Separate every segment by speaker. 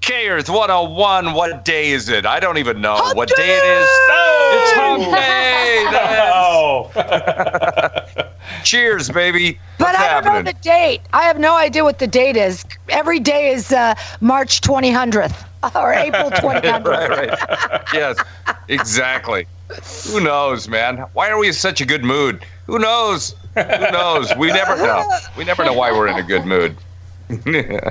Speaker 1: cares? 101. What day is it? I don't even know what day it is.
Speaker 2: Oh!
Speaker 1: It's hump day. That's-
Speaker 2: Oh.
Speaker 1: Cheers, baby.
Speaker 3: But
Speaker 1: What's
Speaker 3: I don't
Speaker 1: happening?
Speaker 3: know the date. I have no idea what the date is. Every day is uh, March 2000th or April 2000th.
Speaker 1: right, right. Yes, exactly. Who knows, man? Why are we in such a good mood? Who knows? Who knows? We never know. We never know why we're in a good mood.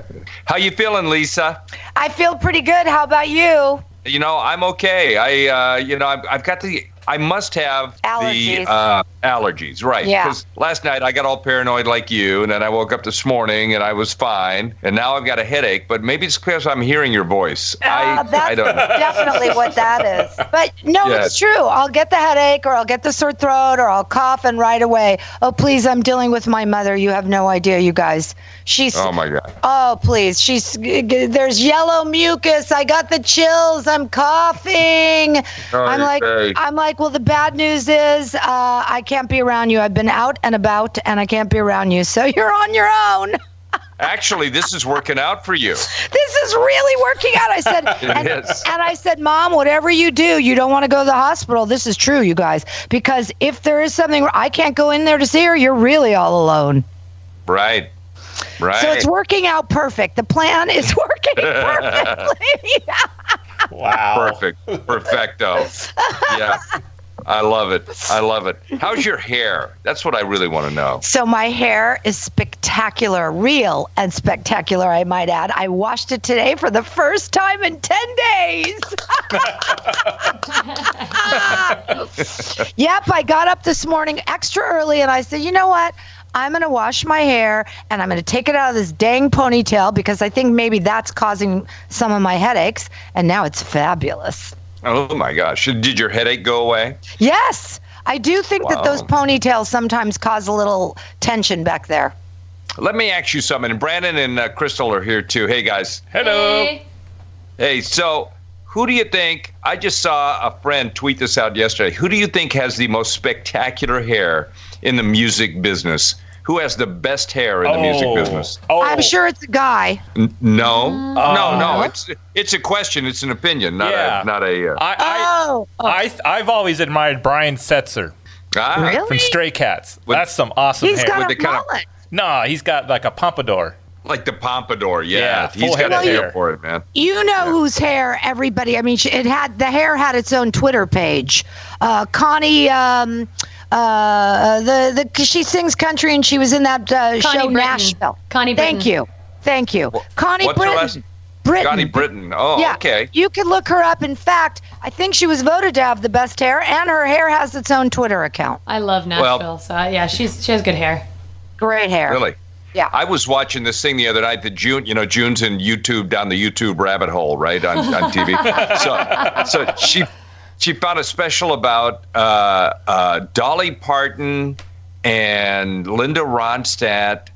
Speaker 1: How you feeling, Lisa?
Speaker 3: I feel pretty good. How about you?
Speaker 1: You know, I'm okay. I, uh, you know, I've, I've got the. I must have
Speaker 3: Allergies.
Speaker 1: the uh, allergies, right?
Speaker 3: Yeah.
Speaker 1: last night I got all paranoid like you, and then I woke up this morning and I was fine, and now I've got a headache. But maybe it's because I'm hearing your voice.
Speaker 3: Uh,
Speaker 1: I,
Speaker 3: that's
Speaker 1: I don't. know.
Speaker 3: definitely what that is. But no,
Speaker 1: Yes.
Speaker 3: it's true. I'll get the headache or I'll get the sore throat or I'll cough and right away. Oh, please, I'm dealing with my mother. You have no idea, you guys. She's
Speaker 1: Oh my god.
Speaker 3: Oh, please. She's g- g- there's yellow mucus. I got the chills. I'm coughing. I'm like uh,
Speaker 1: Okay.
Speaker 3: I'm like, well, the bad news is uh, I can't be around you. I've been out and about and I can't be around you. So you're on your own.
Speaker 1: Actually, this is working out for you.
Speaker 3: This is really working out. I said
Speaker 1: It
Speaker 3: and,
Speaker 1: is.
Speaker 3: and I said, "Mom, whatever you do, you don't want to go to the hospital. This is true, you guys, because if there is something I can't go in there to see her, you're really all alone."
Speaker 1: Right. Right.
Speaker 3: So it's working out perfect. The plan is working perfectly.
Speaker 2: Wow.
Speaker 1: perfect. Perfecto. yeah. I love it. I love it. How's your hair? That's what I really want to know.
Speaker 3: So my hair is spectacular, real and spectacular, I might add. I washed it today for the first time in 10 days. yep, I got up this morning extra early and I said, you know what? I'm going to wash my hair and I'm going to take it out of this dang ponytail because I think maybe that's causing some of my headaches. And now it's fabulous.
Speaker 1: Oh my gosh. Did your headache go away?
Speaker 3: Yes, I do think that
Speaker 1: Wow.
Speaker 3: those ponytails sometimes cause a little tension back there.
Speaker 1: Let me ask you something. And Brandon and uh, Crystal are here too. Hey guys.
Speaker 2: Hello.
Speaker 4: Hey.
Speaker 1: Hey, so who do you think? I just saw a friend tweet this out yesterday. Who do you think has the most spectacular hair in the music business? Who has the best hair in the music business?
Speaker 2: Oh.
Speaker 3: I'm sure it's a guy.
Speaker 1: N- No,
Speaker 2: Uh,
Speaker 1: no, no. It's it's a question. It's an opinion, not
Speaker 2: Yeah.
Speaker 1: a not a. Uh,
Speaker 2: I,
Speaker 3: oh,
Speaker 2: I, I, I've always admired Brian Setzer
Speaker 1: ah,
Speaker 3: really?
Speaker 2: from Stray Cats.
Speaker 1: With-
Speaker 2: That's some awesome
Speaker 3: Oh, He's
Speaker 2: hair.
Speaker 3: got
Speaker 1: the
Speaker 3: a
Speaker 1: kind of-
Speaker 3: mullet.
Speaker 2: nah, he's got like a pompadour.
Speaker 1: Like the pompadour.
Speaker 2: Yeah,
Speaker 1: Yeah,
Speaker 2: full
Speaker 1: he's
Speaker 2: head
Speaker 1: got a
Speaker 2: of hair.
Speaker 1: hair for it, man.
Speaker 3: You know whose hair everybody. I mean, she- it had the hair had its own Twitter page. Uh, Connie, um, uh, the the 'cause she sings country and she was in that uh, show
Speaker 4: Connie Britton.
Speaker 3: Nashville.
Speaker 4: Connie
Speaker 3: Thank
Speaker 4: Britton.
Speaker 3: you, thank you, Connie
Speaker 1: What's her last-
Speaker 3: Britton. Britton.
Speaker 1: Johnny Britton. Oh,
Speaker 3: Yeah,
Speaker 1: okay.
Speaker 3: You can look her up. In fact, I think she was voted to have the best hair, and her hair has its own Twitter account.
Speaker 4: I love Nashville,
Speaker 1: Well-
Speaker 4: so uh, yeah, she's she has good hair.
Speaker 3: Great hair.
Speaker 1: Really.
Speaker 3: Yeah.
Speaker 1: I was watching this thing the other night. The June, you know, June's in YouTube down the YouTube rabbit hole, right on, on TV. so, so she she found a special about uh, uh, Dolly Parton and Linda Ronstadt.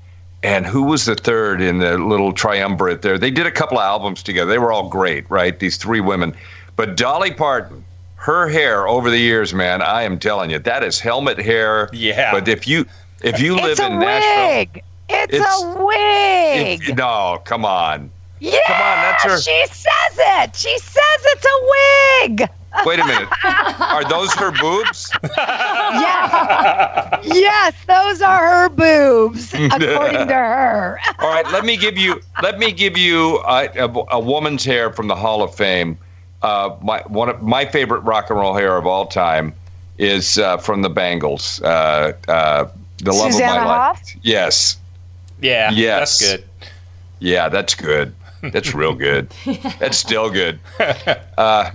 Speaker 1: And who was the third in the little triumvirate there? They did a couple of albums together. They were all great, right? These three women. But Dolly Parton, her hair over the years, man, I am telling you, that is helmet hair.
Speaker 2: Yeah.
Speaker 1: But if you if you live
Speaker 3: it's a
Speaker 1: in
Speaker 3: wig.
Speaker 1: Nashville,
Speaker 3: It's,
Speaker 1: It's-
Speaker 3: a wig.
Speaker 1: it- no, come on.
Speaker 3: Yeah,
Speaker 1: Come on, that's her-
Speaker 3: She says it. She says it's a wig.
Speaker 1: Wait a minute. Are those her boobs?
Speaker 3: Yes, yes, those are her boobs, according to her.
Speaker 1: All right, let me give you let me give you a, a, a woman's hair from the Hall of Fame. Uh, my one of my favorite rock and roll hair of all time is uh, from the Bangles. Uh, uh, the love
Speaker 3: Susanna
Speaker 1: of my
Speaker 3: Hoff?
Speaker 1: life. Yes.
Speaker 2: Yeah.
Speaker 1: Yes.
Speaker 2: That's good.
Speaker 1: Yeah, that's good. That's real good. That's still good. Uh,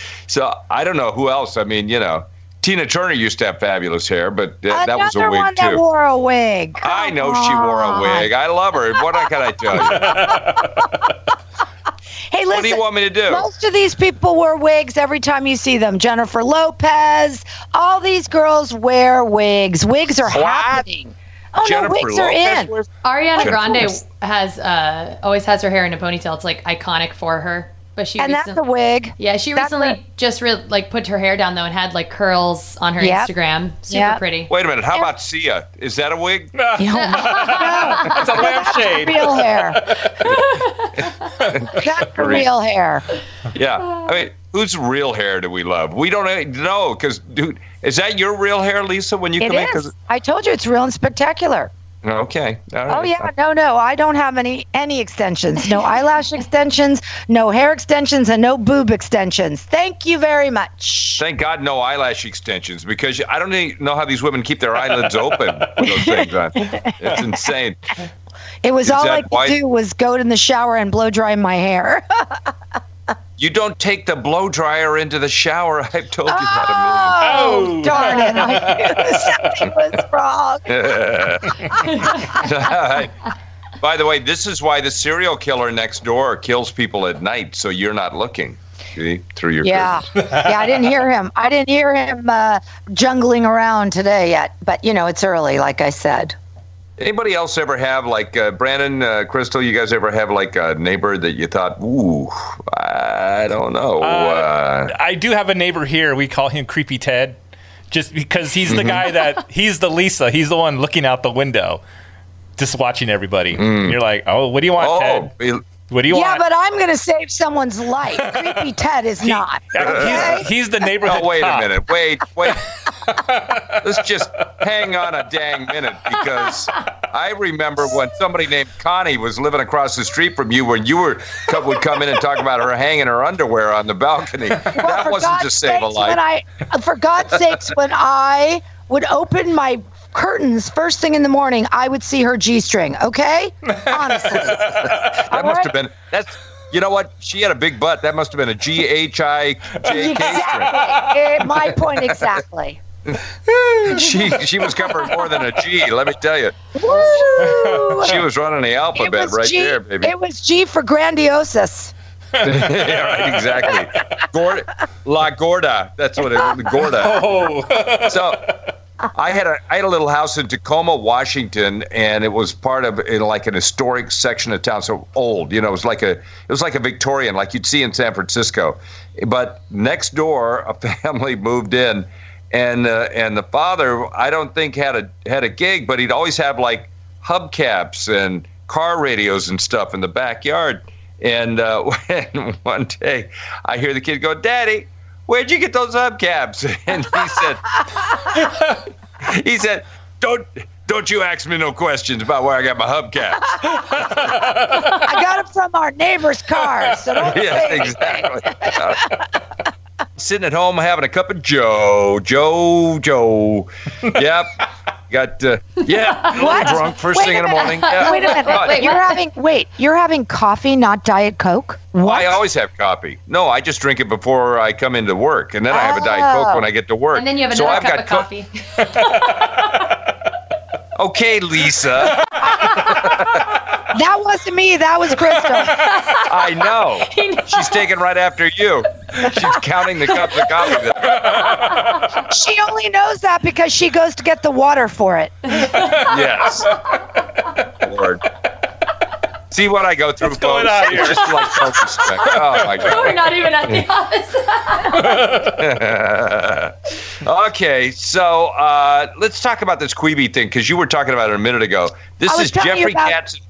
Speaker 1: so I don't know who else. I mean, you know, Tina Turner used to have fabulous hair, but that, that was a
Speaker 3: Another
Speaker 1: wig
Speaker 3: one
Speaker 1: too.
Speaker 3: that wore a wig.
Speaker 1: I know she wore a wig. I love her. What can I tell you?
Speaker 3: Hey, listen.
Speaker 1: What do you want me to do?
Speaker 3: Most of these people wear wigs every time you see them. Jennifer Lopez, all these girls wear wigs. Wigs are
Speaker 1: What?
Speaker 3: happening. Oh
Speaker 1: Jennifer
Speaker 3: no,
Speaker 1: Lopez
Speaker 3: wigs are in.
Speaker 1: wears-
Speaker 4: Ariana Grande
Speaker 1: course.
Speaker 4: has uh, always has her hair in a ponytail. It's like iconic for her. But she
Speaker 3: And that's
Speaker 4: recent-
Speaker 3: a wig.
Speaker 4: yeah, she
Speaker 3: that's
Speaker 4: recently
Speaker 3: a-
Speaker 4: just re- like put her hair down though and had like curls on her
Speaker 3: Yep.
Speaker 4: Instagram. Super
Speaker 3: Yep.
Speaker 4: pretty.
Speaker 1: Wait a minute. How about Sia? Is that a wig?
Speaker 3: Yeah.
Speaker 2: That's a lampshade.
Speaker 3: real hair. That's the real hair.
Speaker 1: Yeah. I mean, whose real hair do we love? We don't know because, dude, is that your real hair, Lisa? When you
Speaker 3: It
Speaker 1: come in? 'Cause-
Speaker 3: is. I told you it's real and spectacular.
Speaker 1: Okay. All
Speaker 3: Oh
Speaker 1: right.
Speaker 3: yeah, no, no, I don't have any any extensions. No eyelash extensions, no hair extensions, and no boob extensions. Thank you very much.
Speaker 1: Thank God, no eyelash extensions because I don't even know how these women keep their eyelids open with those things on. It's insane.
Speaker 3: It was all
Speaker 1: that
Speaker 3: I could
Speaker 1: why-
Speaker 3: do was go in the shower and blow dry my hair.
Speaker 1: You don't take the blow dryer into the shower. I've told you that
Speaker 3: Oh,
Speaker 2: Oh.
Speaker 3: darn it! I knew something was wrong.
Speaker 1: a million times. By the way, this is why the serial killer next door kills people at night, so you're not looking see, through your
Speaker 3: Yeah,
Speaker 1: curtains.
Speaker 3: yeah, I didn't hear him. I didn't hear him uh, jungling around today yet. But you know, it's early, like I said.
Speaker 1: Anybody else ever have like uh, Brandon, uh, Crystal? You guys ever have like a neighbor that you thought, ooh, I don't know. Uh,
Speaker 2: I do have a neighbor here. We call him Creepy Ted, just because he's
Speaker 1: Mm-hmm.
Speaker 2: the guy that he's the Lisa. He's the one looking out the window, just watching everybody. You're like, oh, what do you want,
Speaker 1: Mm. oh,
Speaker 2: Ted?
Speaker 1: it-
Speaker 2: What do you
Speaker 3: yeah,
Speaker 2: want?
Speaker 3: but I'm going to save someone's life. Creepy Ted is not.
Speaker 2: Yeah, he's, he's the neighborhood.
Speaker 1: Oh, wait
Speaker 2: cop.
Speaker 1: a minute. Wait, wait. Let's just hang on a dang minute because I remember when somebody named Connie was living across the street from you when you were co- would come in and talk about her hanging her underwear on the balcony.
Speaker 3: Well,
Speaker 1: that
Speaker 3: for
Speaker 1: wasn't to
Speaker 3: God's
Speaker 1: save a
Speaker 3: sakes, When
Speaker 1: life.
Speaker 3: I, uh, for God's sakes, when I would open my curtains first thing in the morning, I would see her G string, okay? Honestly.
Speaker 1: That must have been that's you know what? She had a big butt. That must have been a G H I J K string.
Speaker 3: exactly. Eh, my point exactly.
Speaker 1: She she was covering more than a G, let me tell you.
Speaker 3: Woo!
Speaker 1: She was running the
Speaker 3: It
Speaker 1: alphabet
Speaker 3: was
Speaker 1: right
Speaker 3: G,
Speaker 1: there, baby.
Speaker 3: It was G for grandiosus.
Speaker 1: yeah, right, exactly. Gord, La Gorda. That's what it Gorda.
Speaker 2: Oh,
Speaker 1: So I had a I had a little house in Tacoma, Washington, and it was part of in like an historic section of town. So old, you know, it was like a it was like a Victorian, like you'd see in San Francisco. But next door, a family moved in, and uh, and the father I don't think had a had a gig, but he'd always have like hubcaps and car radios and stuff in the backyard. And uh, when one day I hear the kid go, "Daddy, where'd you get those hubcaps?" And he said he said, "Don't don't you ask me no questions about where I got my hubcaps."
Speaker 3: I got it from our neighbor's car, so don't
Speaker 1: yes,
Speaker 3: say
Speaker 1: exactly. Sitting at home having a cup of Joe, Joe, Joe. Yep. Got uh, yeah, a
Speaker 3: What?
Speaker 1: little drunk first
Speaker 3: Wait
Speaker 1: thing
Speaker 3: a
Speaker 1: in the
Speaker 3: minute.
Speaker 1: morning. Yeah.
Speaker 3: Wait a minute.
Speaker 1: But
Speaker 4: Wait,
Speaker 3: You're having wait. You're having coffee, not diet coke. What?
Speaker 1: I always have coffee. No, I just drink it before I come into work, and then I have a diet coke when I get to work.
Speaker 4: And then you have
Speaker 1: So
Speaker 4: another
Speaker 1: I've
Speaker 4: cup
Speaker 1: got
Speaker 4: of
Speaker 1: co-
Speaker 4: coffee.
Speaker 1: okay, Lisa.
Speaker 3: that wasn't me. That was Crystal.
Speaker 1: I know.
Speaker 4: He knows.
Speaker 1: She's taking right after you. She's counting the cups of coffee. That
Speaker 3: she only knows that because she goes to get the water for it.
Speaker 1: Yes. Lord. See what I go through, What's
Speaker 2: going on here?
Speaker 1: Just like self-respect. Oh my
Speaker 4: We're
Speaker 1: god.
Speaker 4: not even at the office.
Speaker 1: Okay, so uh, let's talk about this Queeby thing because you were talking about it a minute ago. This
Speaker 3: I was
Speaker 1: is
Speaker 3: telling you
Speaker 1: Jeffrey
Speaker 3: about-
Speaker 1: Katzenberg,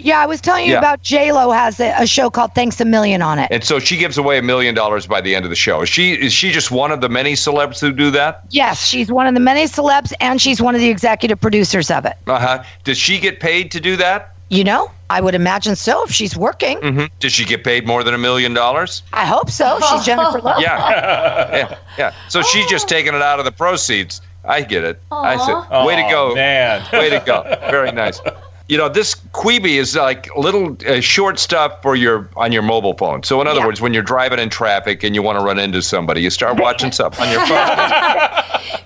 Speaker 3: Yeah, I was telling you
Speaker 1: Yeah.
Speaker 3: about J Lo has a, a show called Thanks a Million on it.
Speaker 1: and so she gives away a million dollars by the end of the show. Is she is she just one of the many celebs who do that?
Speaker 3: Yes, she's one of the many celebs, and she's one of the executive producers of it.
Speaker 1: Uh huh. Does she get paid to do that?
Speaker 3: You know, I would imagine so if she's working.
Speaker 2: Mm-hmm.
Speaker 1: hmm Does she get paid more than a million dollars?
Speaker 3: I hope so. She's Jennifer Lopez.
Speaker 1: Yeah, yeah, yeah. So she's just taking it out of the proceeds. I get it. I said, way to
Speaker 2: Aw,
Speaker 1: go,
Speaker 2: Oh, man.
Speaker 1: Way to go. Very nice. You know, this Queeby is like little uh, short stuff for your on your mobile phone. So in other
Speaker 3: Yeah.
Speaker 1: words, when you're driving in traffic and you want to run into somebody, you start watching stuff on your phone.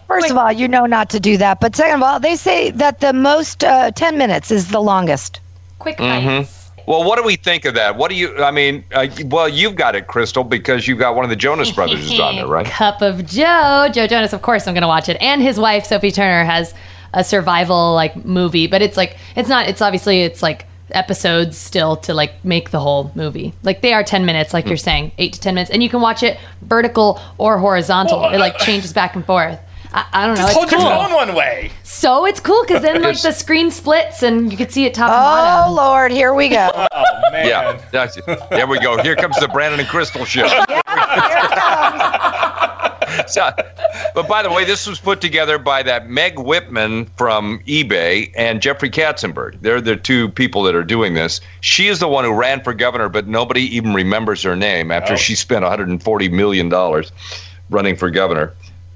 Speaker 3: First of all, you know not to do that. But second of all, they say that the most uh, ten minutes is the longest.
Speaker 4: Quick
Speaker 1: Mm-hmm.
Speaker 4: bites.
Speaker 1: Well, what do we think of that? What do you? I mean, uh, well, you've got it, Crystal, because you've got one of the Jonas Brothers is on there, right?
Speaker 4: Cup of Joe. Joe Jonas, of course, I'm going to watch it. And his wife, Sophie Turner, has a survival like movie, but it's like, it's not, it's obviously, it's like episodes still to like make the whole movie. Like they are 10 minutes, like you're saying, eight to 10 minutes. And you can watch it vertical or horizontal. It like changes back and forth. I, I don't know.
Speaker 2: Just
Speaker 4: it's
Speaker 2: hold
Speaker 4: cool.
Speaker 2: your phone one way.
Speaker 4: So it's cool because then like the screen splits and you could see it top and
Speaker 3: Oh
Speaker 4: bottom.
Speaker 3: Lord, here we go.
Speaker 2: Oh man.
Speaker 1: Yeah, that's, there we go. Here comes the Brandon and Crystal show. So- but by the way, this was put together by that Meg Whitman from eBay and Jeffrey Katzenberg. They're the two people that are doing this. She is the one who ran for governor, but nobody even remembers her name after
Speaker 2: Oh.
Speaker 1: she spent 140 million dollars running for governor.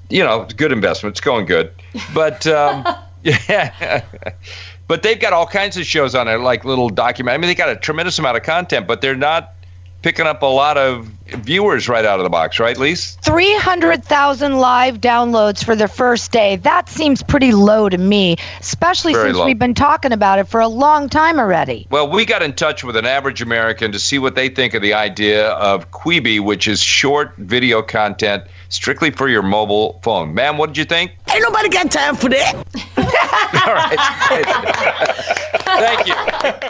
Speaker 1: You know, it's a good investment. It's going good, but. Um, yeah. But they've got all kinds of shows on it, like little document. I mean, they got a tremendous amount of content, but they're not picking up a lot of viewers right out of the box, right, Lise?
Speaker 3: 300,000 live downloads for the first day. That seems pretty low to me, especially
Speaker 1: Very
Speaker 3: since
Speaker 1: low.
Speaker 3: we've been talking about it for a long time already.
Speaker 1: Well, we got in touch with an average American to see what they think of the idea of Quibi, which is short video content strictly for your mobile phone. Ma'am, what did you think?
Speaker 5: Ain't nobody got time for that.
Speaker 1: All right. Thank you.